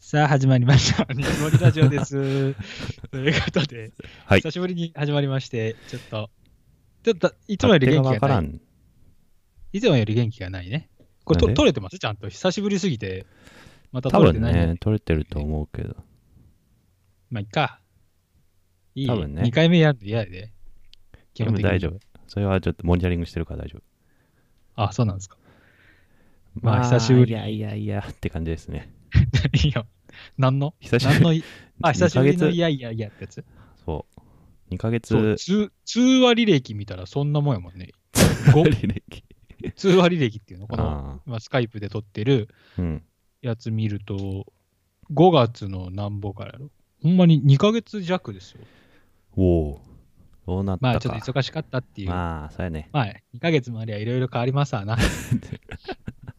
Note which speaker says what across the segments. Speaker 1: さあ始まりま した。ニモリラジオです。 ということで、
Speaker 2: はい
Speaker 1: 久しぶりに始まりまして、ちょっと、ちょっといつもより元
Speaker 2: 勝
Speaker 1: 気
Speaker 2: 手
Speaker 1: が
Speaker 2: わから
Speaker 1: ない。
Speaker 2: ん。
Speaker 1: いつもより元気がないね。これと
Speaker 2: なんで
Speaker 1: 取れてますちゃんと。久しぶりすぎて、また
Speaker 2: 多
Speaker 1: 取れ
Speaker 2: 分
Speaker 1: てない。
Speaker 2: ね、取れてると思うけど。
Speaker 1: まあ、いっか。いい。
Speaker 2: 多分ね
Speaker 1: 2回目やると嫌やで。基
Speaker 2: で
Speaker 1: 本
Speaker 2: も
Speaker 1: 的に
Speaker 2: 大丈夫。それはちょっとモニタリングしてるから大丈夫。
Speaker 1: あ、そうなんですか。 まあ久しぶり
Speaker 2: いやいやいやって感じですね。
Speaker 1: いや、何の
Speaker 2: 久しぶ
Speaker 1: 何
Speaker 2: り。
Speaker 1: のい、あ、久しぶりのい
Speaker 2: 二ヶ月
Speaker 1: やいやいやってやつ。
Speaker 2: そう。2ヶ
Speaker 1: そう
Speaker 2: 月。
Speaker 1: 通通話履歴見たらそんなもんやもん ね。ご
Speaker 2: 履歴
Speaker 1: 通話履歴っていうのこの、
Speaker 2: あ
Speaker 1: まあ、スカイプで撮ってる
Speaker 2: ーうん。
Speaker 1: やつ見ると、5月のなんぼからやろ。ほんまに2ヶ月弱ですよ。
Speaker 2: おお。どうなったか。
Speaker 1: まあちょっと忙しかったっていう。まあ、
Speaker 2: まあ、そうやね。
Speaker 1: 2ヶ月もありゃいろいろ変わります わな。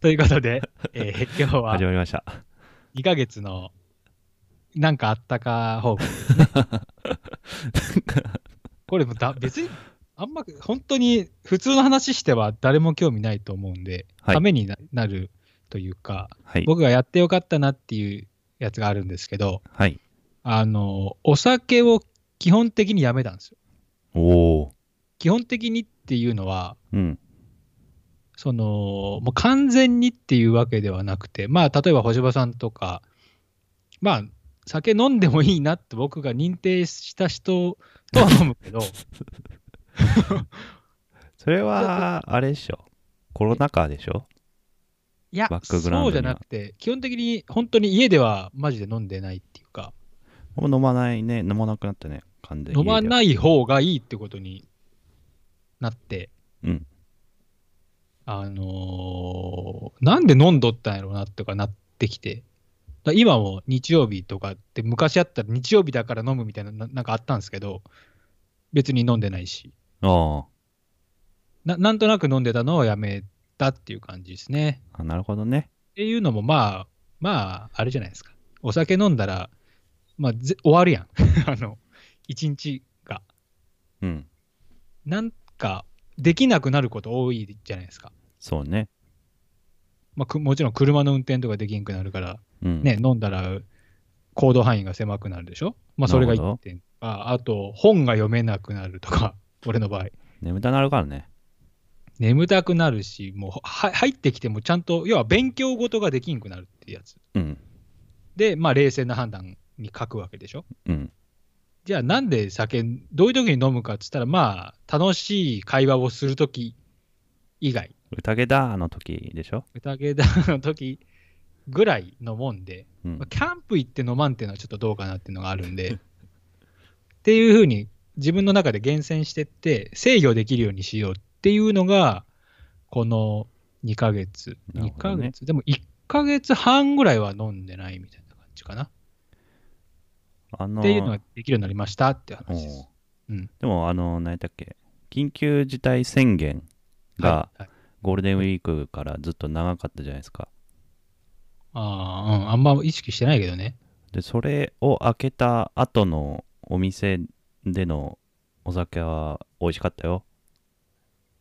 Speaker 1: ということで、えー今日は
Speaker 2: 始まりました。
Speaker 1: 2ヶ月のなんかあったか報告ですね。これもだ別にあんま本当に普通の話しては誰も興味ないと思うんで、
Speaker 2: はい
Speaker 1: ためにななるというか、
Speaker 2: はい。
Speaker 1: 僕がやってよかったなっていうやつがあるんですけど、
Speaker 2: はい。
Speaker 1: あの、お酒を基本的にやめたんですよ。
Speaker 2: おお。
Speaker 1: 基本的にっていうのは、
Speaker 2: うん。
Speaker 1: その、もう完全にっていうわけではなくて、まあ、例えば、星葉さんとか、まあ、酒飲んでもいいなって僕が認定した人とは飲む けど、
Speaker 2: それは、あれでしょ。コロナ禍でしょ。
Speaker 1: いや
Speaker 2: バ、ックグラウン
Speaker 1: そ
Speaker 2: ド
Speaker 1: う
Speaker 2: に
Speaker 1: じ
Speaker 2: は
Speaker 1: ゃなくて、基本的に本当に家ではマジで飲んでないっていうか、
Speaker 2: もう飲まないね。飲まなくなったね。完全に
Speaker 1: 飲ま
Speaker 2: い。
Speaker 1: ない方がいいってことになって、
Speaker 2: うん。
Speaker 1: あのーなんで飲んどったんやろうなとかなってきて、だ今も日曜日とかって、昔あったら日曜日だから飲むみたいな、ななんかあったんですけど、別に飲んでないし、
Speaker 2: あ
Speaker 1: ななんとなく飲んでたのをやめたっていう感じですね。
Speaker 2: あ。あなるほどね。
Speaker 1: っていうのも、まあ、まあ、あれじゃないですか。お酒飲んだら、まあ、ぜ終わるやん。 あの、一日が。
Speaker 2: うん。
Speaker 1: なんか、できなくなること多いじゃないですか。
Speaker 2: そうね。
Speaker 1: まあ、くもちろん車の運転とかできなくなるから、
Speaker 2: うん。
Speaker 1: ね、飲んだら行動範囲が狭くなるでしょまあ、それが
Speaker 2: なるほ
Speaker 1: 1
Speaker 2: ど
Speaker 1: 点あ。あと、本が読めなくなるとか、 俺の場合。
Speaker 2: 眠たなるからね。
Speaker 1: 眠たくなるし、もうは入ってきてもちゃんと、要は勉強事ができんくなるってやつ。
Speaker 2: うん。
Speaker 1: で、まあ、冷静な判断に書くわけでしょ
Speaker 2: うん。
Speaker 1: じゃあ、なんで酒、どういう時に飲むかっつったら、まあ、楽しい会話をする時以外、
Speaker 2: 宴だの時でしょ
Speaker 1: 宴だの時ぐらいのもんで、
Speaker 2: うん
Speaker 1: まあ。キャンプ行って飲まんっていうのはちょっとどうかなっていうのがあるんで、っていうふうに自分の中で厳選してって、制御できるようにしようっていうのが、この2ヶ月、
Speaker 2: なる
Speaker 1: 2
Speaker 2: ほ
Speaker 1: ヶ
Speaker 2: どね
Speaker 1: 月、でも1ヶ月半ぐらいは飲んでないみたいな感じかな。っ
Speaker 2: あの
Speaker 1: ていうのができるようになりましたっていう話です。
Speaker 2: う
Speaker 1: うん
Speaker 2: ん、でも、あの、何やったっけ緊急事態宣言が
Speaker 1: はいはい
Speaker 2: ゴールデンウィークからずっと長かったじゃないですか。
Speaker 1: ああ、うん、あんま意識してないけどね。
Speaker 2: で、それを開けた後のお店でのお酒は美味しかったよ。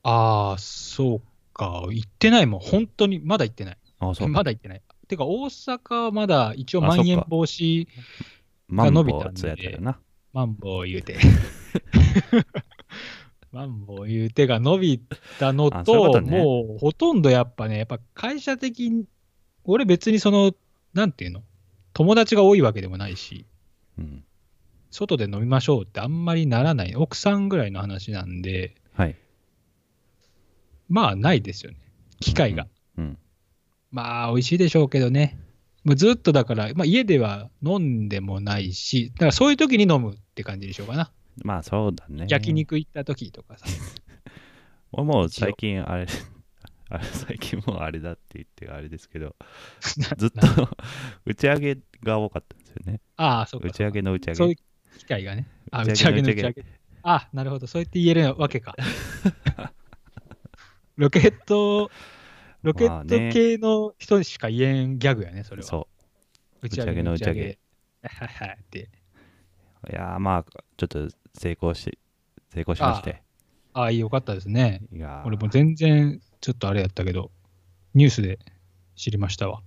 Speaker 1: ああ、そうか。行ってないもん。本当に、まだ行ってない。
Speaker 2: あ、そう。
Speaker 1: まだ行ってない。てか、大阪はまだ一応、ま
Speaker 2: あそっ
Speaker 1: ん
Speaker 2: か
Speaker 1: 延防止
Speaker 2: マン
Speaker 1: が
Speaker 2: ボ
Speaker 1: 伸びたんで
Speaker 2: ウつやったよな。
Speaker 1: マンボウ言う て。マンボウ言うてが伸びたの
Speaker 2: あ
Speaker 1: と、
Speaker 2: そういうことね
Speaker 1: もうほとんどやっぱね、やっぱ会社的に、俺別にその、なんていうの、友達が多いわけでもないし、
Speaker 2: うん。
Speaker 1: 外で飲みましょうってあんまりならない、奥さんぐらいの話なんで、
Speaker 2: はい。
Speaker 1: まあないですよね、機会が。
Speaker 2: うん。
Speaker 1: まあ美味しいでしょうけどね。もうずっとだから、まあ、家では飲んでもないし、だからそういう時に飲むって感じでしょうかな。
Speaker 2: まあ、そうだね。
Speaker 1: 焼。肉行った時とかさ。
Speaker 2: 俺もう最近、あれ、 あれ最近もうあれだって言ってあれですけど、 ずっと打ち上げが多かったんですよね。
Speaker 1: ああ、そうか。
Speaker 2: 打ち上げの打ち上げ。
Speaker 1: そういう機会がね。あ、打
Speaker 2: 打
Speaker 1: ち
Speaker 2: ち
Speaker 1: 上
Speaker 2: 上
Speaker 1: げ
Speaker 2: げ
Speaker 1: の打
Speaker 2: の
Speaker 1: ち
Speaker 2: 打
Speaker 1: 上
Speaker 2: ち
Speaker 1: げ。あ、なるほど。そうやって言えるわけ か。ロケット、ロケ
Speaker 2: ま
Speaker 1: ッ
Speaker 2: あね
Speaker 1: ト系の人にしか言えんギャグやね、それは。
Speaker 2: そ
Speaker 1: 打
Speaker 2: ち上げの打ち上げ。
Speaker 1: はいはいって。
Speaker 2: う。いやーまあ、ちょっと成功し、成功しまして。
Speaker 1: ああ、よかったですね。
Speaker 2: いやー
Speaker 1: 俺も全然、ちょっとあれやったけど、ニュースで知りましたわ。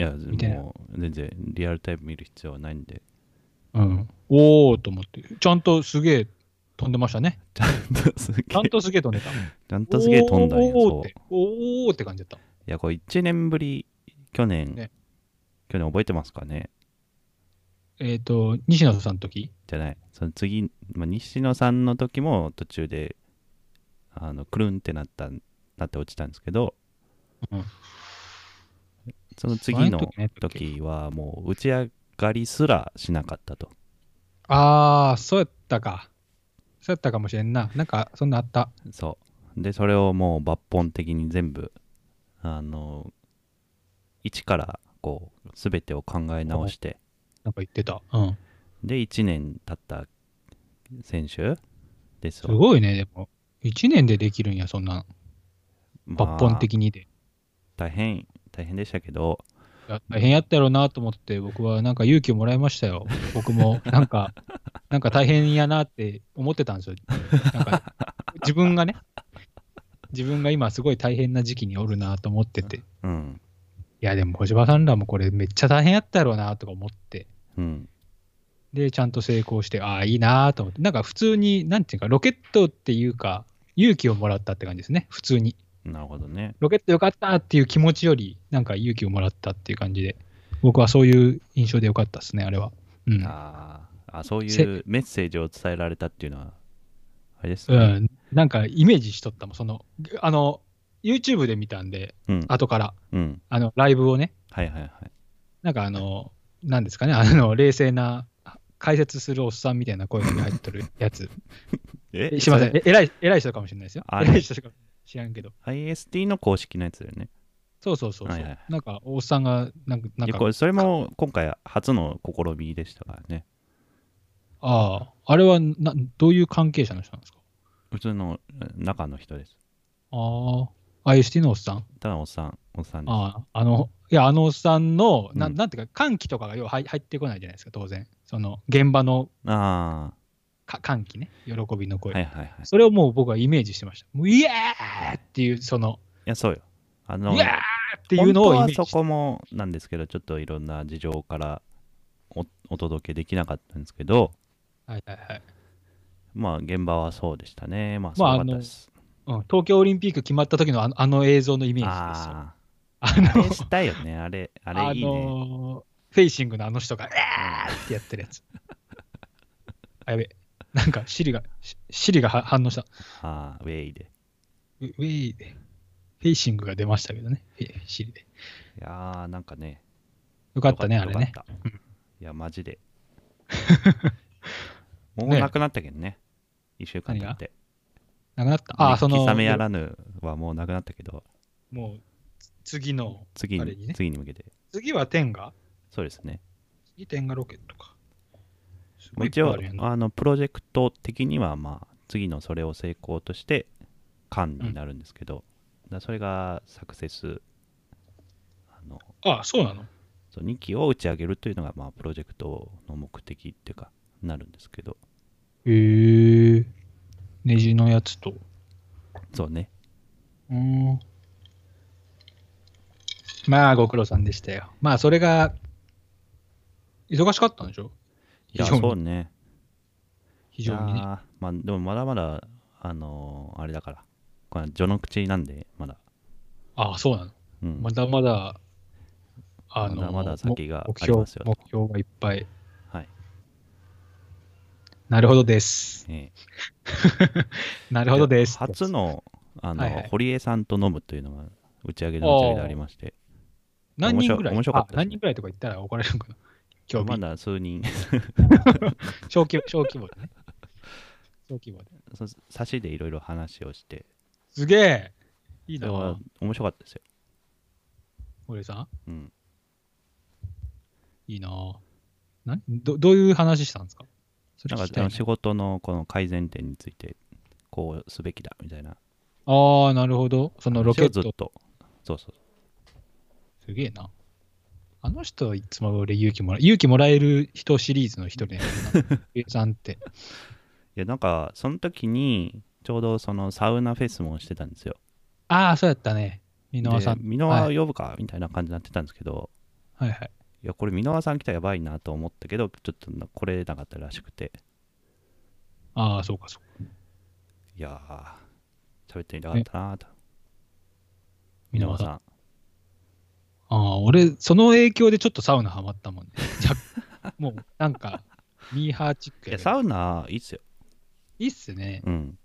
Speaker 2: いや、
Speaker 1: たいな
Speaker 2: もう全然リアルタイム見る必要はないんで、
Speaker 1: うん。おーと思って、ちゃんとすげえ飛んでましたね。
Speaker 2: ちゃんとすげえ、
Speaker 1: ちゃんとすげえ飛んでた。
Speaker 2: ちゃんとすげえ飛んだん
Speaker 1: お
Speaker 2: や、
Speaker 1: ーっ
Speaker 2: そう。
Speaker 1: て
Speaker 2: い、
Speaker 1: おーって感じだっ
Speaker 2: や、これ1年ぶり、去年、
Speaker 1: ね
Speaker 2: 去年覚えてますかね
Speaker 1: た。えっ、と、西野さんの時
Speaker 2: じゃない。その次、まあ、西野さんの時も途中で、あの、くるんってなった、なって落ちたんですけど、
Speaker 1: うん
Speaker 2: その次
Speaker 1: 前の
Speaker 2: の
Speaker 1: 時ね
Speaker 2: 時はもう打ち上がりすらしなかったと。
Speaker 1: ああ、そうやったか。そうやったかもしれんな。なんか、そんなあった。
Speaker 2: そう。で、それをもう抜本的に全部、あの、一からこう、すべてを考え直して、
Speaker 1: なんか言ってた。うん。
Speaker 2: で、1年経った選手です
Speaker 1: す
Speaker 2: よ。
Speaker 1: ごいね、でも。1年でできるんや、そんな。
Speaker 2: まあ
Speaker 1: 抜本的にで。
Speaker 2: 大変、大変でしたけど、
Speaker 1: いや大変やったやろうなと思って、僕はなんか勇気をもらいましたよ。僕も、なん か、なんか大変やなって思ってたんですよ。なんか、自分がね、自分が今すごい大変な時期におるなと思ってて。い
Speaker 2: うん、
Speaker 1: や、でも、小島さんらもこれめっちゃ大変やったやろうなとか思って。
Speaker 2: うん、
Speaker 1: で、ちゃんと成功して、ああ、いいなと思って。なんか普通に、なんていうか、ロケットっていうか、勇気をもらったって感じですね。普通に。
Speaker 2: なるほどね。
Speaker 1: ロケットよかったっていう気持ちより、なんか勇気をもらったっていう感じで、僕はそういう印象でよかったですね、あれは。うん。
Speaker 2: あーあ、そうい
Speaker 1: せ
Speaker 2: うメッセージを伝えられたっていうのは、あれです
Speaker 1: う
Speaker 2: ね。
Speaker 1: ん、なんかイメージしとったもん、その、あの、YouTube で見たんで、
Speaker 2: うん、
Speaker 1: 後から、
Speaker 2: うん、
Speaker 1: あの、ライブをね、
Speaker 2: はいはいはい。
Speaker 1: なんかあの、なんですかね、あの、冷静な、解説するおっさんみたいな声が入ってるやつ。
Speaker 2: え
Speaker 1: すいませ
Speaker 2: そ
Speaker 1: ん、
Speaker 2: れ
Speaker 1: え偉い、偉い人かもしれないですよ。
Speaker 2: あれ
Speaker 1: 偉い人しか知らんけど。
Speaker 2: IST の公式のやつだよね。
Speaker 1: そうそうそうそう、
Speaker 2: はいはい
Speaker 1: なんか、おっさんが、なんか、ないん
Speaker 2: や
Speaker 1: か
Speaker 2: これそれも今回初の試みでしたからね。
Speaker 1: ああ、あれはな、どういう関係者の人なんですか
Speaker 2: 普通のうん中の人です。
Speaker 1: ああ、IST のおっさん
Speaker 2: ただおっさん、おっさんです。
Speaker 1: ああ、あの、いや、あのおっさんの、な
Speaker 2: うん
Speaker 1: なんていうか、歓喜とかが要は入入ってこないじゃないですか、当然。その、現場の
Speaker 2: あ
Speaker 1: か歓喜ね、喜びの
Speaker 2: あ、
Speaker 1: 声、
Speaker 2: はいはいはい。い
Speaker 1: それをもう僕はイメージしてました。もうイエーっていう、その、
Speaker 2: や、そうよ。あの、
Speaker 1: イエーっていうのをイメー
Speaker 2: 本
Speaker 1: ジして
Speaker 2: 当はそこもなんですけど、ちょっといろんな事情からおお届けできなかったんですけど、
Speaker 1: はいはいはい
Speaker 2: まあ現場はそうでしたね。まあすご
Speaker 1: まあ
Speaker 2: かったです。
Speaker 1: うん。東京オリンピック決まった時のあのあの映像のイメージですよ。
Speaker 2: あ
Speaker 1: あ
Speaker 2: あー、あ
Speaker 1: の
Speaker 2: れしたよね。あれ、あれいい
Speaker 1: あ
Speaker 2: ね。
Speaker 1: のーフェイシングのあの人が、えーってやってるやつ。 あ、やべえ。なんか、シリが、シシリがは反応した。
Speaker 2: ああ、ウェイで。
Speaker 1: ウウェイで。フェイシングが出ましたけどね。フェシリで。
Speaker 2: いやー、なんかね。
Speaker 1: よかったね、あれね
Speaker 2: よ。かっ
Speaker 1: う
Speaker 2: た
Speaker 1: ん
Speaker 2: いや、マ ジで。もう
Speaker 1: ね
Speaker 2: なくなったけどね。一週間経って。
Speaker 1: なくなった。あー、その、
Speaker 2: 引き冷めやらぬはもうなくなったけど、
Speaker 1: もう、次の、
Speaker 2: 次
Speaker 1: あれに
Speaker 2: に、
Speaker 1: ね
Speaker 2: 次に向けて。
Speaker 1: 次は天が
Speaker 2: そうですね。
Speaker 1: 次天がロケットか。すご
Speaker 2: まあ
Speaker 1: いいっぱ
Speaker 2: 一
Speaker 1: いあ
Speaker 2: 応
Speaker 1: るやんな
Speaker 2: あのプロジェクト的にはまあ次のそれを成功として缶になるんですけど、だそれがサクセスあの
Speaker 1: あ、そうなの
Speaker 2: そう2機を打ち上げるというのがまあプロジェクトの目的っていうかなるんですけど
Speaker 1: へえ。ネジのやつと。
Speaker 2: そうね
Speaker 1: うん。まあ、ご苦労さんでしたよ。まあ、それが、忙しかったんでしょ
Speaker 2: いや
Speaker 1: 非常に
Speaker 2: そうね
Speaker 1: 非常に
Speaker 2: い
Speaker 1: ね。
Speaker 2: やーまあ、でもまだまだあのーあれだからこれ序の口なんでまだ、
Speaker 1: ああ、そうなの。
Speaker 2: うん
Speaker 1: まだまだ、あの、
Speaker 2: まだまだ先が
Speaker 1: 目
Speaker 2: あり
Speaker 1: 標
Speaker 2: ますよと
Speaker 1: 目標がいっぱい。
Speaker 2: はい
Speaker 1: なるほどです。
Speaker 2: ええ
Speaker 1: なるほどです。
Speaker 2: 初のあの、
Speaker 1: はいはい
Speaker 2: 堀江さんと飲むというのが打ち上げの打ち上げでありまして
Speaker 1: 何人ぐらい
Speaker 2: 面白面白かったです
Speaker 1: あ
Speaker 2: ね
Speaker 1: 何人ぐらいとか言ったら怒られるのかな今
Speaker 2: ま
Speaker 1: 日、
Speaker 2: だ数人
Speaker 1: 小規模小規模でね。小規模で。
Speaker 2: そ差しでいろいろ話をして
Speaker 1: すげえいい
Speaker 2: それは
Speaker 1: な、
Speaker 2: 面白かったですよ、
Speaker 1: 堀江さん。
Speaker 2: うん、
Speaker 1: いいな何どどういう話したんですかそれ
Speaker 2: なん
Speaker 1: 聞
Speaker 2: か
Speaker 1: き
Speaker 2: あ
Speaker 1: たい
Speaker 2: の
Speaker 1: な
Speaker 2: 仕事のこの改善点についてこうすべきだみたいな
Speaker 1: ああ、なるほど。そのロケッ
Speaker 2: 話をず
Speaker 1: ト
Speaker 2: っ。とそうそう
Speaker 1: すげえな。あの人はいつも俺勇気もら勇気もらえる人シリーズの一人やな 堀江さんって。
Speaker 2: いやなんかその時にちょうどそのサウナフェスもしてたんですよ
Speaker 1: ああ、そうやったね。箕輪さん。
Speaker 2: で箕輪呼ぶか、みたいな感じになってたんですけど
Speaker 1: はいはい。
Speaker 2: いやこれ箕輪さん来たらやばいなと思ったけどちょっとな来れなかったらしくて
Speaker 1: ああ、そうかそうか。
Speaker 2: いやー喋ってみたかったなーと
Speaker 1: 箕
Speaker 2: 輪
Speaker 1: 輪さん。あ
Speaker 2: ん
Speaker 1: あ、俺、その影響でちょっとサウナハマったもんね。若 もう、なんか、ミーハーチック
Speaker 2: い
Speaker 1: や
Speaker 2: や
Speaker 1: けど
Speaker 2: サウナいいっすよ
Speaker 1: いいっすね。
Speaker 2: うん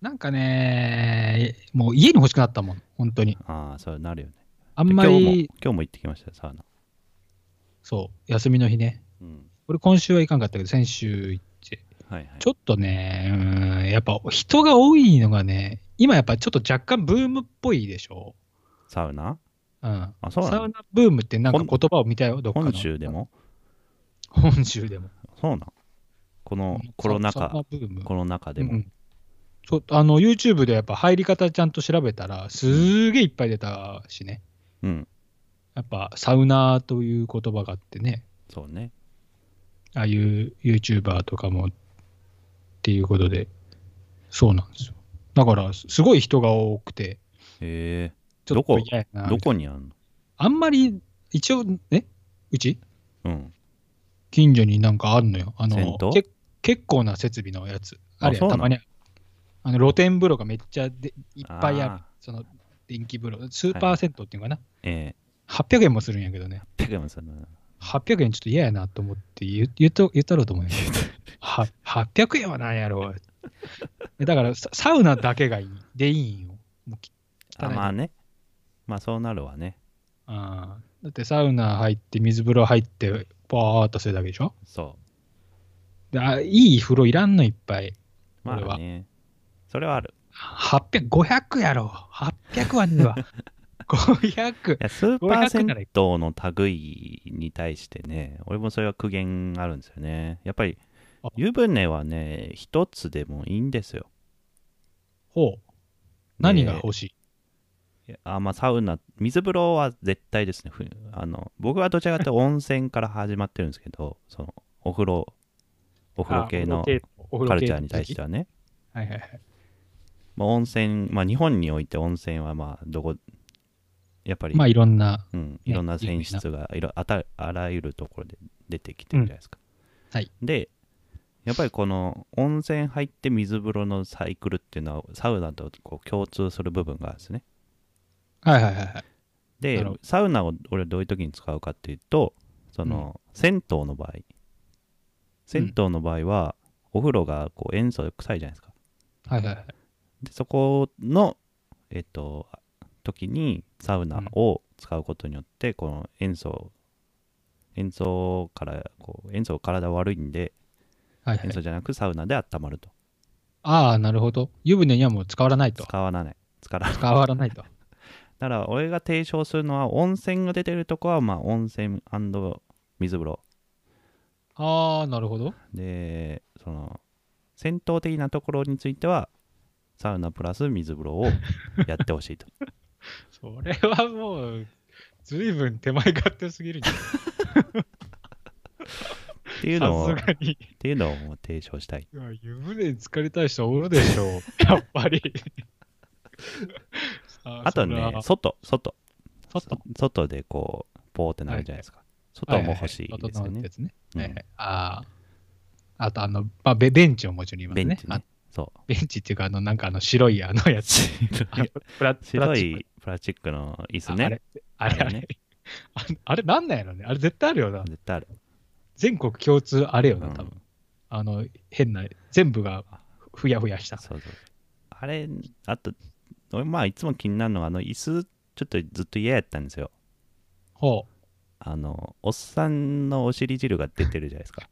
Speaker 1: なんかね、もう家に欲しくなったもん、本当に。
Speaker 2: ああそうなるよね
Speaker 1: あんま
Speaker 2: 今日
Speaker 1: り
Speaker 2: も、今日も行ってきましたよサウナ
Speaker 1: そう、休みの日ね。
Speaker 2: うん
Speaker 1: 俺、今週はいかんかったけど、先週行って。
Speaker 2: はいはい
Speaker 1: ちょっとね、うーんやっぱ人が多いのがね、今やっぱちょっと若干ブームっぽいでしょ。
Speaker 2: サウナ
Speaker 1: うん、
Speaker 2: あそう
Speaker 1: サ
Speaker 2: な
Speaker 1: ウ
Speaker 2: の
Speaker 1: ナブームってなんか言葉を見たよ、どっかの。
Speaker 2: 本州でも
Speaker 1: 本州でも。
Speaker 2: そうなのこのコロナ
Speaker 1: サウナ
Speaker 2: 禍
Speaker 1: ブーム。
Speaker 2: コロナ禍でも、
Speaker 1: うんうんそうあの YouTube でやっぱ入り方ちゃんと調べたら、すーげえいっぱい出たしね。
Speaker 2: うん、
Speaker 1: やっぱサウナーという言葉があってね、
Speaker 2: そうね
Speaker 1: ああいう YouTuber とかもっていうことで、そうなんですよ。だから、すごい人が多くて、
Speaker 2: へ
Speaker 1: ちょっ
Speaker 2: どこと
Speaker 1: 嫌や
Speaker 2: え
Speaker 1: な
Speaker 2: どこにあんの
Speaker 1: あんまり、一応、えうち
Speaker 2: うん
Speaker 1: 近所になんかあるのよ。あの
Speaker 2: 銭湯
Speaker 1: け結構な設備のやつ。あれ
Speaker 2: あそ
Speaker 1: や
Speaker 2: うな
Speaker 1: た
Speaker 2: の
Speaker 1: まにあの露天風呂がめっちゃでいっぱいある
Speaker 2: あー。
Speaker 1: その電気風呂。スーパー銭湯っていうのかな、
Speaker 2: え
Speaker 1: ?800 円もするんやけどね。
Speaker 2: えペガムさんの
Speaker 1: 800円ちょっと嫌やなと思って言う言うと言ったろう と思うよ。は800円はなんやろう。だからササウナだけがいい。でいいんよ。もうき
Speaker 2: あまあねまあそうなるわね
Speaker 1: あーだってサウナ入って水風呂入ってパーっとするだけでしょ
Speaker 2: そ
Speaker 1: であいい風呂いらんのいっぱい。
Speaker 2: うま
Speaker 1: これ
Speaker 2: あ
Speaker 1: は
Speaker 2: ねそれはある
Speaker 1: 800、500やろ。800は ねえわ。500
Speaker 2: い。やスーパー
Speaker 1: 500
Speaker 2: 銭
Speaker 1: ならい
Speaker 2: 湯の類に対してね、俺もそれは苦言あるんですよね。やっぱり
Speaker 1: あ
Speaker 2: 湯船はね、一つでもいいんですよ。
Speaker 1: ほう。何が
Speaker 2: で
Speaker 1: 欲しい
Speaker 2: いやあまあ、サウナ、水風呂は絶対ですね。ふあの僕はどち らかというと温泉から始まってるんですけど、そのお風呂、お風呂系のカルチャーに対して
Speaker 1: は。
Speaker 2: はね。
Speaker 1: はいはいはい。
Speaker 2: まあ、温泉、まあ、日本において温泉はまあどこ、やっぱり、
Speaker 1: まあいろんな。
Speaker 2: うん、いろんな選出がいろあたあらゆるところで出てきてるじゃないですか。
Speaker 1: うんはい、
Speaker 2: でやっぱりこの温泉入って水風呂のサイクルっていうのはサウナとこう共通する部分があるんですね。
Speaker 1: はいはいはいはい。な
Speaker 2: で
Speaker 1: るほど
Speaker 2: サウナを俺はどういう時に使うかっていうとその、銭湯の場合銭湯の場合は、お風呂がこう塩素で臭いじゃないですか。
Speaker 1: はいはいはい。
Speaker 2: でそこの、えっと、時にサウナを使うことによって、この塩素塩素からこう塩素体悪いんで、
Speaker 1: はいは
Speaker 2: 塩
Speaker 1: い、
Speaker 2: 素じゃなくサウナで温まると
Speaker 1: ああ、なるほど。湯船にはもう使わないと。
Speaker 2: 使わない使わない
Speaker 1: 使わないと。
Speaker 2: だから俺が提唱するのは温泉が出てるとこはまあ温泉水風呂
Speaker 1: ああ、なるほど。
Speaker 2: でその戦闘的なところについてはサウナプラス水風呂をやってほしいと
Speaker 1: それはもう、ずいぶん手前勝手すぎるんじゃない
Speaker 2: っていうのを っ
Speaker 1: さすがに。
Speaker 2: ていうのを提唱したい
Speaker 1: いや湯船に浸かりたい人おるでしょう。やっぱり。あ
Speaker 2: あとね外外
Speaker 1: ちょっと
Speaker 2: 外でこうポーってなるじゃないですか、外も欲しいですよね、
Speaker 1: ですね。
Speaker 2: うん
Speaker 1: はいはいああ。あと、あの、まあ、ベベンチももちろんいます
Speaker 2: ベ
Speaker 1: ね。
Speaker 2: ンチね
Speaker 1: あ
Speaker 2: そう
Speaker 1: ベンチっていうか、あの、なんかあの、白いあのやつ。あの
Speaker 2: 白い
Speaker 1: プラプラス
Speaker 2: 白
Speaker 1: チック
Speaker 2: いプラスチックの椅子
Speaker 1: ああ
Speaker 2: ね
Speaker 1: れ、あれ、
Speaker 2: あ
Speaker 1: あ
Speaker 2: れ
Speaker 1: れ
Speaker 2: ね。
Speaker 1: ああれ、なんなんやろね。あれ、絶対あるよな。
Speaker 2: 絶対ある、
Speaker 1: 全国共通あれよ
Speaker 2: う
Speaker 1: な、
Speaker 2: ん
Speaker 1: 多分、あの、変な、全部がふやふやした。
Speaker 2: そうそうあれあと俺まあいつも気になるのはあの椅子ちょっとずっと嫌やったんですよ
Speaker 1: ほ
Speaker 2: あのおっさんのお尻汁が出てるじゃないですか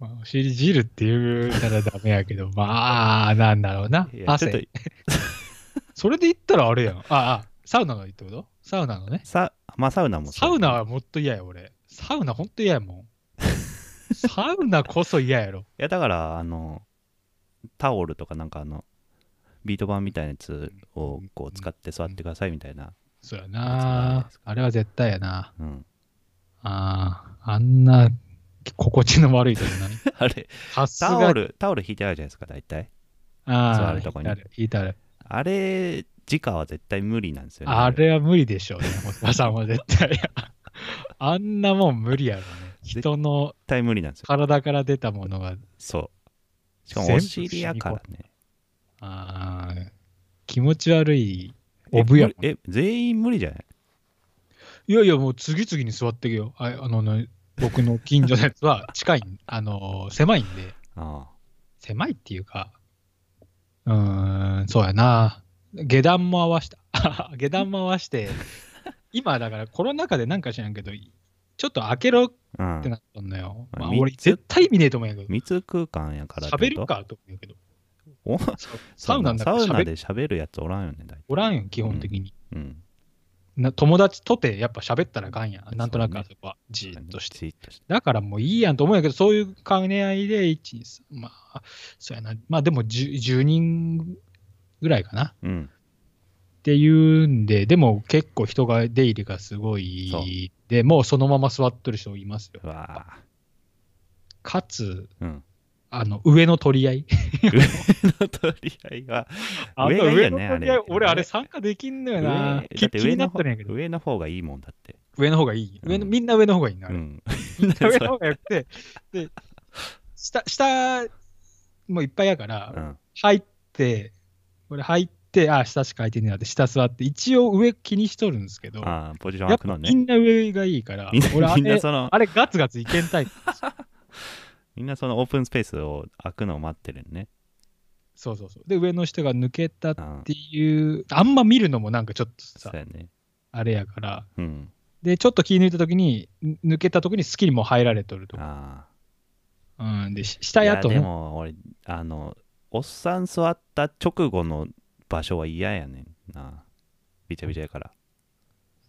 Speaker 1: う。まあ、お尻汁っていうならダメやけ ど、まあ、なんだろうな。
Speaker 2: いやちょっと
Speaker 1: 汗。それで言ったらあれやん。ああ、サウナのってことサウナのね。
Speaker 2: さまあサウナもそ
Speaker 1: サ
Speaker 2: う
Speaker 1: ウナはもっと嫌や、俺。サウナほんと嫌や もん。サウナこそ嫌やろ。
Speaker 2: いやだからあのタオルとかなんかあのビート板みたいなやつをこう使って座ってくださいみたいな、
Speaker 1: そうや
Speaker 2: そう
Speaker 1: な
Speaker 2: です。
Speaker 1: あれは絶対やな。
Speaker 2: うん、
Speaker 1: ああ、あんな心地の悪いとこ ない。
Speaker 2: あれ
Speaker 1: さす
Speaker 2: タオ
Speaker 1: が
Speaker 2: ル、タオル引いてあるじゃないですか、大体。座
Speaker 1: あ
Speaker 2: る
Speaker 1: あ、
Speaker 2: とこに
Speaker 1: いたる、いたる。
Speaker 2: あれ、直は絶対無理なんですよね。
Speaker 1: あれは無理でしょうね、本田さんは絶対。 あんなもん無理やろね。人の
Speaker 2: 対無理なんですよ。
Speaker 1: 体から出たものが、
Speaker 2: そう。しかもお尻やからね。
Speaker 1: あー気持ち悪い、
Speaker 2: え
Speaker 1: オブやもん。
Speaker 2: え、全員無理じゃない
Speaker 1: いやいや、もう次々に座ってくよ。ああのね、僕の近所のやつは近いん、あの、狭いんで、
Speaker 2: あ
Speaker 1: 狭いっていうか、うーん、そうやな。下段も合わした。 下段も合わして、今だからコロナ禍でなんか知らんけど、ちょっと開けろっ
Speaker 2: あ。
Speaker 1: て
Speaker 2: うん。
Speaker 1: なったんだよ。
Speaker 2: うん
Speaker 1: まあ、
Speaker 2: まあ
Speaker 1: 俺
Speaker 2: 三つ
Speaker 1: 絶対見ねえと思うんやけど、
Speaker 2: 密空間やからってこと
Speaker 1: 喋るかと思うんやけど。
Speaker 2: お
Speaker 1: ササウナの
Speaker 2: サウ
Speaker 1: 中
Speaker 2: ナ
Speaker 1: 喋る
Speaker 2: で喋るやつおらんよね、大体。
Speaker 1: おらんよ、基本的に。
Speaker 2: うん。
Speaker 1: な友達とてやっぱ喋ったらあかんやん。なんとなく
Speaker 2: そ
Speaker 1: あ
Speaker 2: うね
Speaker 1: そこはじーっとして。
Speaker 2: じーっとして。
Speaker 1: だからもういいやんと思うんやけど、そういう兼ね合いで、1、3まあ、そうやな、まあでも 10, 10人ぐらいかなっ
Speaker 2: うん。
Speaker 1: ていうんで、でも結構人が出入りがすご
Speaker 2: そう
Speaker 1: いで、もうそのまま座ってる人いますよ。
Speaker 2: うわあ。
Speaker 1: かつ、
Speaker 2: うん。
Speaker 1: あの上の取り合い。
Speaker 2: 上の取り合いは、
Speaker 1: あの
Speaker 2: 上がいい
Speaker 1: 上
Speaker 2: よ
Speaker 1: の
Speaker 2: ね
Speaker 1: 取り合い
Speaker 2: あ、れ
Speaker 1: 俺あれ参加できんのよな。
Speaker 2: 上だ
Speaker 1: き
Speaker 2: って
Speaker 1: 気に
Speaker 2: 上
Speaker 1: な
Speaker 2: の
Speaker 1: っ
Speaker 2: 方
Speaker 1: たんやけど、
Speaker 2: 上の方がいいもんだって。
Speaker 1: 上の方がいい。上の
Speaker 2: うん
Speaker 1: みんな上の方がいい な、あ
Speaker 2: う
Speaker 1: れ。
Speaker 2: ん。
Speaker 1: 上の方がよくて、で、下、下、もういっぱいやから、
Speaker 2: うん。
Speaker 1: 入って、これ入って、あ、下しか空いてねえなって、下座って、一応上気にしとるんですけど、
Speaker 2: ああ、ポジション
Speaker 1: やっ
Speaker 2: 開く
Speaker 1: ぱ
Speaker 2: の
Speaker 1: み
Speaker 2: ね。
Speaker 1: んな上がいいから
Speaker 2: みん、
Speaker 1: 俺あ
Speaker 2: な、みんな
Speaker 1: れ、
Speaker 2: その、
Speaker 1: あれガツガツいけんタイプ。
Speaker 2: みんなそのオープンスペースを開くのを待ってるね。
Speaker 1: そうそうそう。で、上の人が抜けたっ
Speaker 2: うん。
Speaker 1: ていう、あんま見るのもなんかちょっと
Speaker 2: そ
Speaker 1: さ
Speaker 2: う、やね。
Speaker 1: あれやから、
Speaker 2: うん。
Speaker 1: で、ちょっと気抜いたときに、ぬ抜けたときに好きにもう入られとると。
Speaker 2: あ
Speaker 1: うん、で、し
Speaker 2: あ。
Speaker 1: 下やと
Speaker 2: いで
Speaker 1: も
Speaker 2: も、俺、あの、おっさん座った直後の場所は嫌やねんな。びちゃびちゃやから。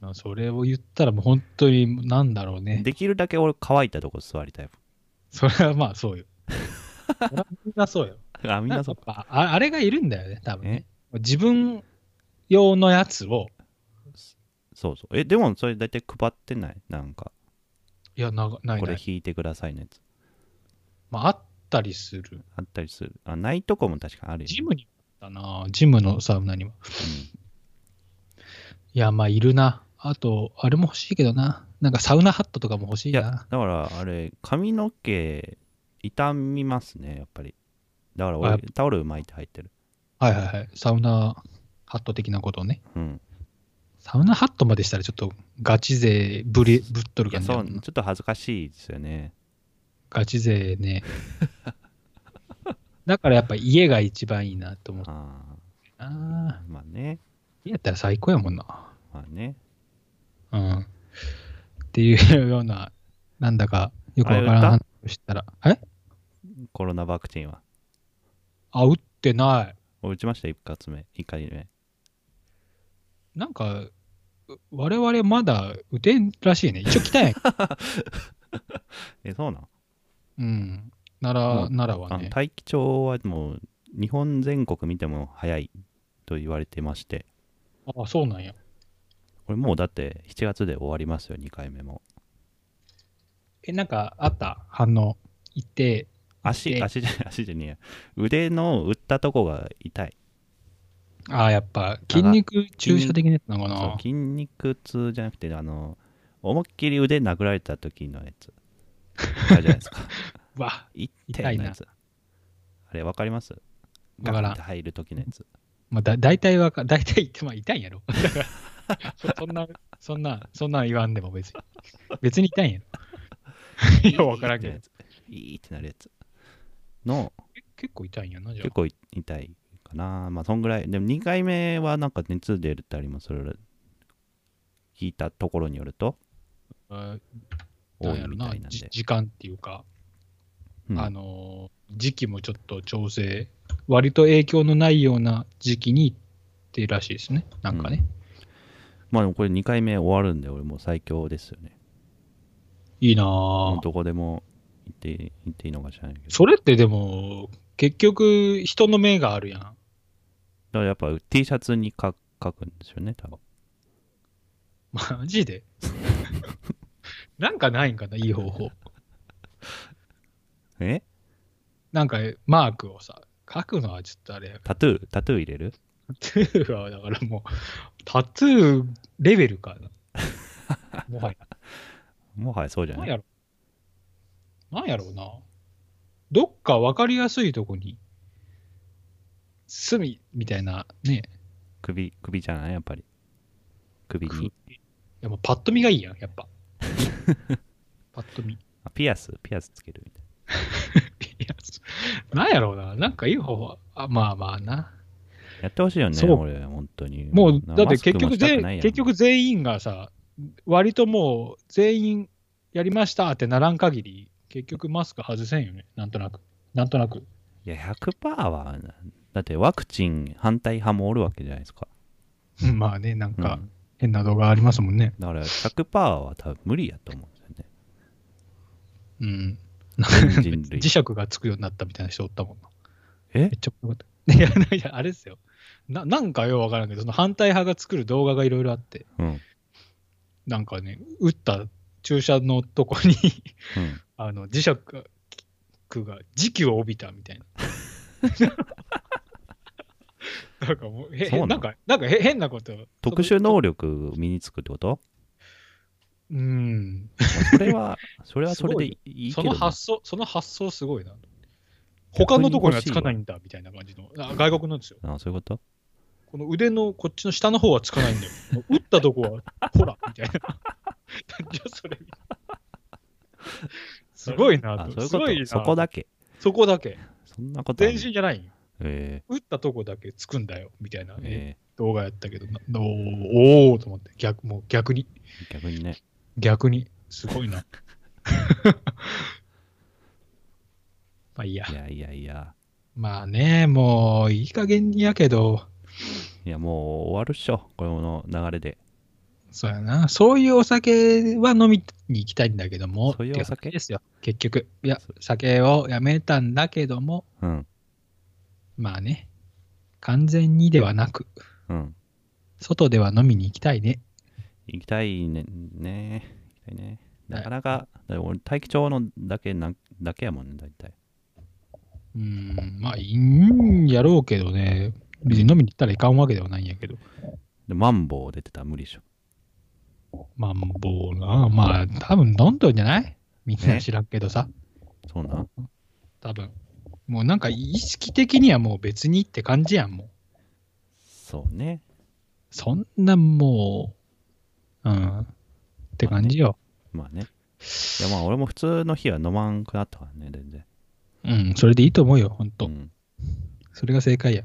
Speaker 1: う、それを言ったらもう本当に、なんだろうね。
Speaker 2: できるだけ俺、乾いたとこ座りたい
Speaker 1: それはまあ そうよ。それはみんなそうよ。
Speaker 2: もん。 あ、みんなそ
Speaker 1: そう っ。かあ。あれがいるんだよね、多分
Speaker 2: え
Speaker 1: ね。自分用のやつを、
Speaker 2: そうそう。え、でもそれ大体配ってないなんか、
Speaker 1: いや、なない
Speaker 2: これ
Speaker 1: ない。
Speaker 2: 引いてくださいのやつ。
Speaker 1: まあ、あったりする。
Speaker 2: あったりする。あ、ないとこも確かあるよ。
Speaker 1: ジムにもあったな、ジムのサウナにも。いや、まあ、いるな。あと、あれも欲しいけどな。なんかサウナハットとかも欲しい
Speaker 2: い
Speaker 1: な。
Speaker 2: だから、あれ、髪の毛、傷みますね、やっぱり。だから
Speaker 1: あや
Speaker 2: 俺
Speaker 1: っ、
Speaker 2: タオル巻いて入ってる。
Speaker 1: はいはいはい。サウナハット的なことをね。
Speaker 2: うん。
Speaker 1: サウナハットまでしたらちょっとガチ勢ぶりぶっとる
Speaker 2: い
Speaker 1: 感
Speaker 2: や、
Speaker 1: じ
Speaker 2: そ
Speaker 1: だも
Speaker 2: う、
Speaker 1: ん
Speaker 2: ちょ
Speaker 1: な
Speaker 2: っと恥ずかしいですよね。
Speaker 1: ガチ勢ね。だからやっぱ家が一番いいなと思った
Speaker 2: あ
Speaker 1: な
Speaker 2: あ。。まあね。
Speaker 1: 家やったら最高やもんな。
Speaker 2: まあね。
Speaker 1: うん。っていうような、なんだかよくわからん
Speaker 2: あれ打
Speaker 1: 話をしたら、え
Speaker 2: コロナワクチンは。
Speaker 1: あ、打ってない。
Speaker 2: 俺打ちました、一発目。一回目。
Speaker 1: なんか、う我々まだ打てんらしいね。一応来たんやん。
Speaker 2: え、そうなの
Speaker 1: うん。
Speaker 2: もう
Speaker 1: 奈良、奈良は
Speaker 2: あの
Speaker 1: ね。
Speaker 2: 大気町はもう、日本全国見ても早いと言われてまして。
Speaker 1: あそうなんや。
Speaker 2: これもうだって7月で終わりますよ、2回目も。
Speaker 1: え、なんかあった反応。行って、
Speaker 2: 足、
Speaker 1: で
Speaker 2: 足じゃ、 足じゃねえや。腕の打ったとこが痛い。
Speaker 1: あやっぱ筋肉注射的なやつなのか
Speaker 2: そう
Speaker 1: な。
Speaker 2: 筋肉痛じゃなくて、あの、思いっきり腕殴られた時のやつ。あるじゃないですか。
Speaker 1: うわ、
Speaker 2: 痛
Speaker 1: 痛
Speaker 2: い
Speaker 1: い
Speaker 2: の
Speaker 1: な
Speaker 2: やつ。あれ、わかります
Speaker 1: わからん
Speaker 2: ガッて入る時のやつ。
Speaker 1: まあ、だ大体わか、大体言って、まあ痛いんやろ。 だからそそんな、そんな、そんなん言わんでも別に。別に痛いんや ろ。いや、わからんけど
Speaker 2: い。いってなるやつ。の、
Speaker 1: け結構痛いんやな、じゃ
Speaker 2: 結構い痛いかな。まあ、そんぐらい。でも2回目はなんか熱出たりもする。聞いたところによると、
Speaker 1: あ。うんな
Speaker 2: 多
Speaker 1: んや
Speaker 2: い
Speaker 1: ろ
Speaker 2: み
Speaker 1: な
Speaker 2: たいなん
Speaker 1: じ
Speaker 2: で。
Speaker 1: 時間っていうか、
Speaker 2: うん
Speaker 1: あのー、時期もちょっと調整、割と影響のないような時期に行ってるらしいですね。なんかね。
Speaker 2: まあでもこれ2回目終わるんで、俺もう最強ですよね。
Speaker 1: いいな
Speaker 2: もう
Speaker 1: ぁ。
Speaker 2: どこでも行って行っていいのか知らないけど。だ
Speaker 1: それってでも、結局、人の目があるやん。
Speaker 2: からやっぱ T シャツにか書くんですよね、多分。
Speaker 1: マジ でなんかないんかな、いい方法。
Speaker 2: え
Speaker 1: なんかマークをさ、書くのはちょっとあれや
Speaker 2: タトゥータトゥー入れる
Speaker 1: タトゥーはだからもう、タトゥーレベルかな。もはや。
Speaker 2: もはやそうじゃ
Speaker 1: なん
Speaker 2: な
Speaker 1: や
Speaker 2: い
Speaker 1: ろ。なんやろうな。どっか分かりやすいとこに、隅みたいな、ね。
Speaker 2: 首、首じゃないやっぱり。首に。
Speaker 1: いやもうパッと見がいいやん、や っぱ。パッと見。い
Speaker 2: あピアス、ピアスつけるみたい
Speaker 1: や、そなんやろうな。なんかいい方は、あまあまあな。
Speaker 2: な。やってほしいよね、
Speaker 1: そう
Speaker 2: 俺、本当に。
Speaker 1: もう、
Speaker 2: な
Speaker 1: だって
Speaker 2: マスク
Speaker 1: 結
Speaker 2: も
Speaker 1: 局
Speaker 2: したく
Speaker 1: 全
Speaker 2: ないやん
Speaker 1: 結局全員がさ、割ともう全員やりましたってならん限り、結局マスク外せんよね。なんとなく。なんとなく。
Speaker 2: いや、100%は、だってワクチン反対派もおるわけじゃないですか。
Speaker 1: まあね、なん
Speaker 2: うん、だ
Speaker 1: か変な動画ありますもんね。
Speaker 2: から100%は多分無理やと思うんですよね。
Speaker 1: うん。
Speaker 2: 全人類
Speaker 1: 磁。石がつくようになったみたいな人おったもんな。
Speaker 2: え
Speaker 1: めっちゃ怖かった。 いや、いや、あれですよ。ななんかようわからんけど、その反対派が作る動画がいろいろあって、
Speaker 2: うん。うん。
Speaker 1: なんかね、打った注射のとこにあの磁石が磁気を帯びたみた いな。なんかもう、へ
Speaker 2: そうなの
Speaker 1: なんか、なんかへ変なこと。
Speaker 2: 特殊能力身につくってこと
Speaker 1: うん。
Speaker 2: それ は、それはそれでいい
Speaker 1: そ
Speaker 2: けど
Speaker 1: の
Speaker 2: ね、
Speaker 1: 発想、その発想すごいな。他のところにはつかないんだみたいな感じの、あ外国なんですよ。
Speaker 2: あそういうこと
Speaker 1: この腕のこっちの下の方はつかないんだよ。もう打ったとこは、ほら、みたいな。なんじゃそれ。 すごいな
Speaker 2: あ
Speaker 1: と。
Speaker 2: そういう
Speaker 1: す
Speaker 2: こ
Speaker 1: ごいな。
Speaker 2: とそこだけ。
Speaker 1: そこだけ。
Speaker 2: そんなことあ
Speaker 1: 全
Speaker 2: る
Speaker 1: 身じゃないよ
Speaker 2: え
Speaker 1: 打ったとこだけつくんだよ、みたいな
Speaker 2: ー、
Speaker 1: ね
Speaker 2: え
Speaker 1: 動画やったけどな、おーおーと思って、逆、もう逆に、
Speaker 2: ー逆にね。
Speaker 1: 逆に、すごいな。 まあいいや
Speaker 2: い。やいやいや。
Speaker 1: まあね、もういい加減にやけど、
Speaker 2: いや、もう終わるっしょ。これの流れで。
Speaker 1: そうやな。そういうお酒は飲みに行きたいんだけども。
Speaker 2: そういうお
Speaker 1: って
Speaker 2: 酒
Speaker 1: 話ですよ。結局。いや、酒をやめたんだけども、
Speaker 2: うん。
Speaker 1: まあね。完全にではなく、
Speaker 2: うん。
Speaker 1: 外では飲みに行きたいね。
Speaker 2: 行きたいね。ね行きたいね。なかなか、だから俺、大気町のだけなんだけやもんね、大体。
Speaker 1: うーん、まあいいんやろうけどね。別に飲みに行ったらいかんわけではないんやけど。
Speaker 2: で、マンボウ出てたら無理っしょ。
Speaker 1: まあ、もうな。まあ、多分飲んどんじゃないみんな
Speaker 2: ね
Speaker 1: 知らんけどさ。
Speaker 2: そうなん
Speaker 1: 多分。もうなんか意識的にはもう別にって感じやん、もう。
Speaker 2: そうね。
Speaker 1: そんなもう、うん、って感じよ。
Speaker 2: まあね。いや、まあ俺も普通の日は飲まんくなったからね、全然。
Speaker 1: うん、それでいいと思うよ、ほんと。
Speaker 2: うん
Speaker 1: それが正解や。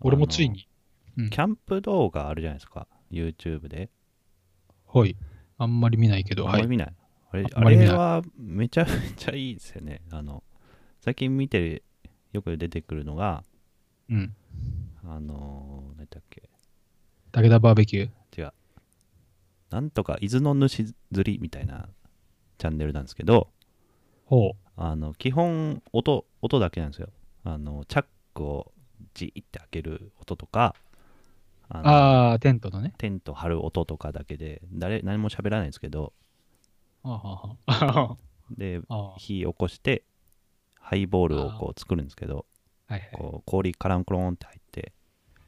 Speaker 1: 俺もついに。うん
Speaker 2: キャンプ動画あるじゃないですか。YouTube で。
Speaker 1: はい。あんまり見ないけど、
Speaker 2: あん
Speaker 1: は
Speaker 2: まり
Speaker 1: い。
Speaker 2: 見ない。あれ
Speaker 1: あ
Speaker 2: あ
Speaker 1: んまり見ない
Speaker 2: れはめちゃめ ちゃいいですよね。あの、最近見てる、よく出てくるのが、
Speaker 1: うん。
Speaker 2: あのー、何だっけ、
Speaker 1: 武田バーベキュー。
Speaker 2: 違う。なんとか、伊豆の主釣りみたいなチャンネルなんですけど、
Speaker 1: ほう。
Speaker 2: あの、基本、音、音だけなんですよ。あの、チャックをじーって開ける音とか、あの
Speaker 1: ああー、テントのね。
Speaker 2: テント張る音とかだけで、誰、何も喋らないんですけど、
Speaker 1: あはは あ
Speaker 2: で、
Speaker 1: あは
Speaker 2: 火起こして、ハイボールをこう作るんですけど、
Speaker 1: いはい。
Speaker 2: こう氷カランコロンって入って、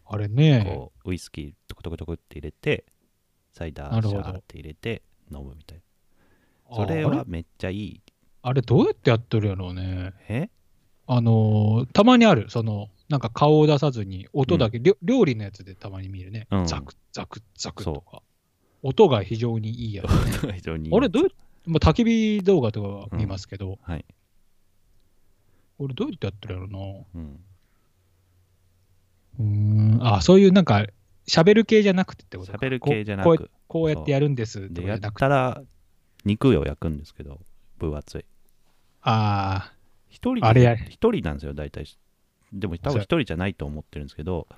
Speaker 1: あれね、
Speaker 2: こうウイスキートクトクトクって入れてサイダ
Speaker 1: な
Speaker 2: ー
Speaker 1: る
Speaker 2: シ
Speaker 1: ほど
Speaker 2: ャーって入れて飲むみたいな
Speaker 1: あ
Speaker 2: そ
Speaker 1: ー
Speaker 2: れ
Speaker 1: あれ
Speaker 2: はめっちゃいい
Speaker 1: あれどうやってやっとるやろうね。
Speaker 2: え
Speaker 1: あのーたまにある、その、なんか顔を出さずに、音だけ、りょ料理のやつでたまに見るね。
Speaker 2: うん
Speaker 1: ザクザクザクとか。音が非常にいいやつ。
Speaker 2: 非常にいい
Speaker 1: 俺どうやっ、まあ、焚き火動画とかは見ますけど、
Speaker 2: はい、
Speaker 1: 俺どうやってやってるやろな
Speaker 2: うん、
Speaker 1: うーんあそういうなんか喋る系じゃなくてってことか
Speaker 2: 喋る系じゃな
Speaker 1: こうこう
Speaker 2: く
Speaker 1: やこうやってやるんですと
Speaker 2: で
Speaker 1: かじ
Speaker 2: や
Speaker 1: ゃ
Speaker 2: っ
Speaker 1: なくて
Speaker 2: たら肉を焼くんですけど分厚い
Speaker 1: あ
Speaker 2: 一人
Speaker 1: あれやれ
Speaker 2: 一人なんですよ大体でも多分一人じゃないと思ってるんですけど
Speaker 1: ま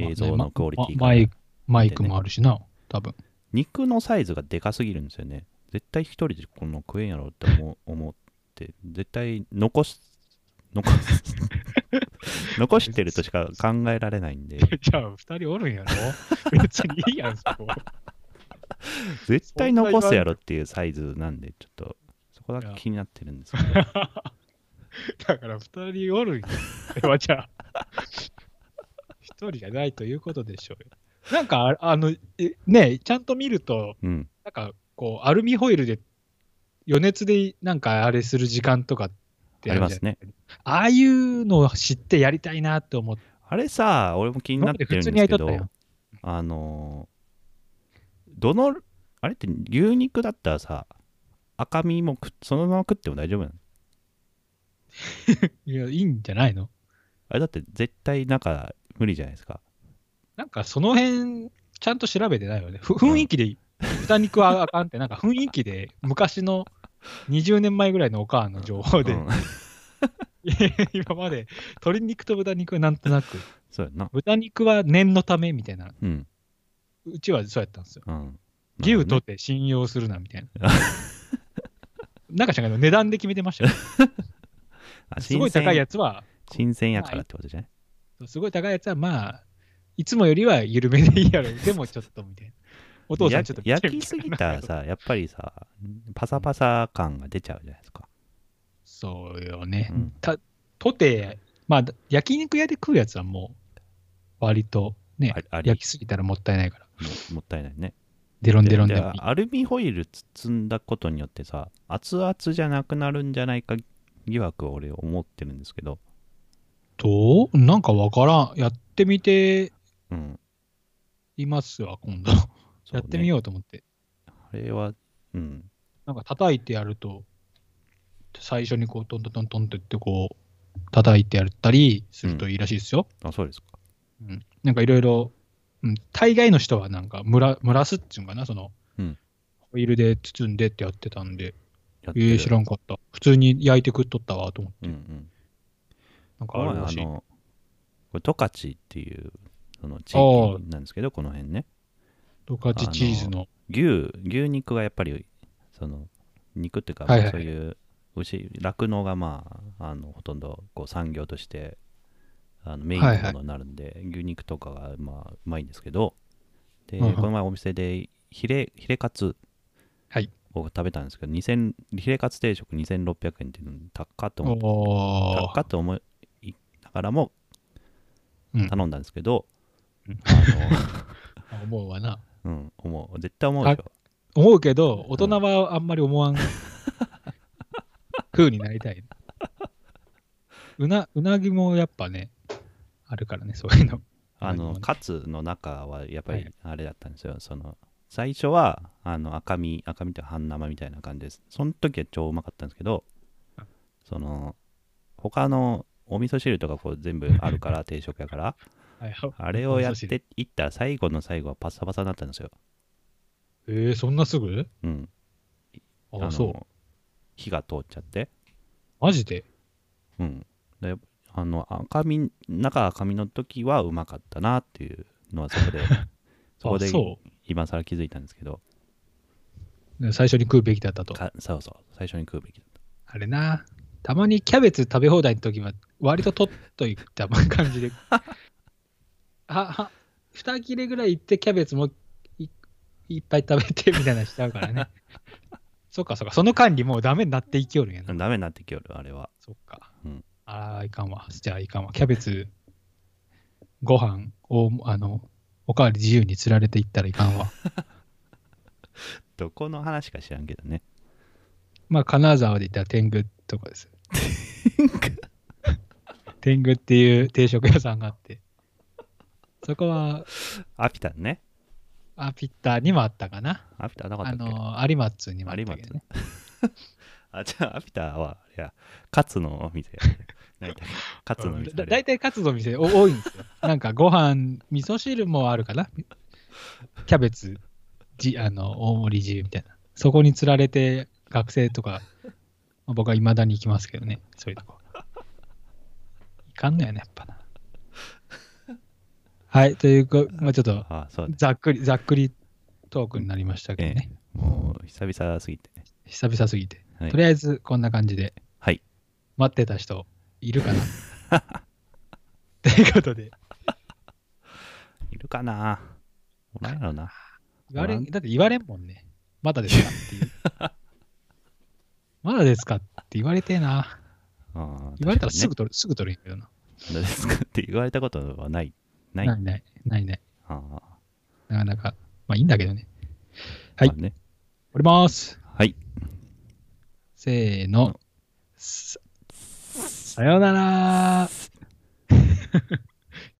Speaker 1: あね
Speaker 2: 映像のクオリティ
Speaker 1: あ
Speaker 2: が、
Speaker 1: マイクマイクもあるしな多分
Speaker 2: 肉のサイズがでかすぎるんですよね絶対一人でこんなの食えんやろって思う思って絶対残す 残す残してるとしか考えられないん で
Speaker 1: じゃあ2人おるん やろ別にいいやんそこ
Speaker 2: 絶対残すやろっていうサイズなんでちょっとそこだけ気になってる んですけど
Speaker 1: だから2人おるんやそれはじゃあ1人じゃないということでしょうよなんか、ああの、えね、ちゃんと見ると、
Speaker 2: うん。
Speaker 1: なんか、こう、アルミホイルで、余熱で、なんか、あれする時間とかって
Speaker 2: あ
Speaker 1: あ
Speaker 2: り
Speaker 1: るじゃん
Speaker 2: ますね。
Speaker 1: ああいうのを知ってやりたいなって思って、
Speaker 2: あれさ、俺も気になってるんですけ
Speaker 1: 今まで普通に
Speaker 2: ど
Speaker 1: 焼いとっ、
Speaker 2: あのーどの、あれって牛肉だったらさ、赤身もくそのまま食っても大丈夫なの
Speaker 1: いや、いいんじゃないの
Speaker 2: あれだって絶対なんか無理じゃないですか。
Speaker 1: なんか、その辺、ちゃんと調べてないよね。ふ雰囲気で、豚肉はあかんって、なんか雰囲気で、昔の20年前ぐらいのお母の情報で、
Speaker 2: うん
Speaker 1: 今まで鶏肉と豚肉はなんとなく、
Speaker 2: そうやな。
Speaker 1: 豚肉は念のためみたいな、
Speaker 2: うん。
Speaker 1: うちはそうやったんですよ。
Speaker 2: うん。
Speaker 1: 牛取って信用するなみたいな。 なんかしらんけど、値段で決めてましたよ。
Speaker 2: あ
Speaker 1: すごい高いやつは、
Speaker 2: 新鮮やからってことじゃない
Speaker 1: すごい高いやつは、まあ、いつもよりは緩めでいいや ろ、でもちょっとみたいな。お父さんちょっと
Speaker 2: や焼きすぎた ら。さ、やっぱりさ、パサパサ感が出ちゃうじゃないですか。
Speaker 1: そうよね。
Speaker 2: うん
Speaker 1: たとて、まあ、焼肉屋で食うやつはもう、割とね
Speaker 2: あ、あり
Speaker 1: 焼きすぎたらもったいないから、
Speaker 2: ももったいないね。
Speaker 1: デロンデロン
Speaker 2: で
Speaker 1: で
Speaker 2: で
Speaker 1: もいい。
Speaker 2: アルミホイル包んだことによってさ、熱々じゃなくなるんじゃないか疑惑を俺思ってるんですけど、
Speaker 1: どうなんかわからん。やってみて
Speaker 2: うん。
Speaker 1: いますわ、今度。
Speaker 2: そうね
Speaker 1: やってみようと思って。
Speaker 2: あれは、うん。
Speaker 1: なんか叩いてやると、最初にこう、トントントントンってってこう、叩いてやったりするといいらしいですよ。
Speaker 2: あ、そうですか。
Speaker 1: うんなんかいろいろ、うん大概の人はなんか蒸ら蒸らすっていうのかな、その、
Speaker 2: うん
Speaker 1: ホイールで包んでってやってたんで、
Speaker 2: や
Speaker 1: え
Speaker 2: ってる
Speaker 1: ー、知らんかった。普通に焼いて食っとったわと思って、
Speaker 2: うんうん。
Speaker 1: なんか
Speaker 2: こ
Speaker 1: ある
Speaker 2: の
Speaker 1: ら
Speaker 2: 前
Speaker 1: しい
Speaker 2: あ。の、これ、十勝っていう、その地
Speaker 1: あ
Speaker 2: 域なんですけど、この辺ね。
Speaker 1: トカチチーズの、
Speaker 2: 牛牛肉がやっぱりその肉っていうか、
Speaker 1: はいはい
Speaker 2: そういう牛酪農がまああのほとんどこう産業としてあのメインのものになるんで、牛肉とかがまあうまいんですけどで、
Speaker 1: うんうん
Speaker 2: この前お店でヒレヒレカツ
Speaker 1: はい
Speaker 2: を食べたんですけど、2000ヒレカツ定食2600円っていうの高っと思って
Speaker 1: お
Speaker 2: 高っと思いながらも
Speaker 1: うん
Speaker 2: 頼んだんですけど、
Speaker 1: うん
Speaker 2: あ
Speaker 1: ー思うわな。
Speaker 2: の うん思う絶対思うでしょ
Speaker 1: 思うけど、大人はあんまり思わん。風になりたい。 うな、うなぎもやっぱね、あるからね、そういうの。
Speaker 2: あ
Speaker 1: なるほ
Speaker 2: の
Speaker 1: どね
Speaker 2: カツの中はやっぱ
Speaker 1: は
Speaker 2: り
Speaker 1: い
Speaker 2: あれだったんですよ、その最初はあの赤身赤身というか半生みたいな感じですその時は超うまかったんですけど
Speaker 1: うん
Speaker 2: その他のお味噌汁とかこう 全部あるから定食やから
Speaker 1: はい
Speaker 2: あれをや
Speaker 1: お
Speaker 2: っ。
Speaker 1: 味噌汁
Speaker 2: ていったら最後の最後はパッサパサになったんですよ
Speaker 1: えー、そんなすぐ
Speaker 2: うん
Speaker 1: ああ、そう。
Speaker 2: う火が通っちゃって
Speaker 1: マジで
Speaker 2: うんであの赤身中赤身の時はうまかったなっていうのはそ こでそこ
Speaker 1: あ
Speaker 2: で
Speaker 1: そう。
Speaker 2: 今更気づいたんですけど
Speaker 1: ね最初に食うべきだったと。
Speaker 2: かそうそう最初に食うべきだった
Speaker 1: あれな、たまにキャベツ食べ放題の時は、割と取っといた感 じで、はは2切れぐらいいって、キャベツもいいっぱい食べてみたいなのしちゃうから ね。そっかそっか、その管理もうダメになっていきよるんやな。
Speaker 2: ダメになってきよるあれは
Speaker 1: そっか。
Speaker 2: うん
Speaker 1: ああ、いかんわ。じゃあいかんわ。キャベツ、ご飯を、あの、おかわり自由に釣られていったらいかんわ。
Speaker 2: どこの話か知らんけどね
Speaker 1: まあ、金沢で言ったら天狗とかです。天狗っていう定食屋さんがあって、そこは、
Speaker 2: アピタンね
Speaker 1: あ、ピッターにもあったかな。
Speaker 2: アピタンなかった
Speaker 1: あ
Speaker 2: っけ
Speaker 1: の、有松にもあったけ
Speaker 2: 有
Speaker 1: ど
Speaker 2: 松
Speaker 1: ね。
Speaker 2: あじゃあアピタンはあれやカツのお店や何だっけカツのお店
Speaker 1: だ
Speaker 2: あれ
Speaker 1: 大体カツの店お多いんですよ。なんかご飯、味噌汁もあるかな。キャベツ、じあの大盛り自由みたいな。そこに釣られて学生とか、まあ僕はいまだに行きますけどね、そういうとこ。いかんのやね、やっぱな。はい、というか、まあ、ちょっと
Speaker 2: あそうね
Speaker 1: ざっくり、ざっくりトークになりましたけどね。
Speaker 2: もう久々すぎてね
Speaker 1: 久々すぎて。
Speaker 2: はい
Speaker 1: とりあえずこんな感じで、
Speaker 2: はい
Speaker 1: 待ってた人いるかな ということで。
Speaker 2: いるかなおらんやろな
Speaker 1: 言われん、
Speaker 2: おら
Speaker 1: だって言われんもんね。まだですかっていう。 まだですかって言われてえな。
Speaker 2: あー
Speaker 1: 言われたらすぐ
Speaker 2: 確
Speaker 1: 取る、すぐ取るんやけどな。
Speaker 2: かにねどうですかって言われたことはないない
Speaker 1: ないない、ないない。
Speaker 2: あー
Speaker 1: なかなか、まあいいんだけどね。はい
Speaker 2: まあね
Speaker 1: 降ります。
Speaker 2: はい。
Speaker 1: せーの。ささようなら。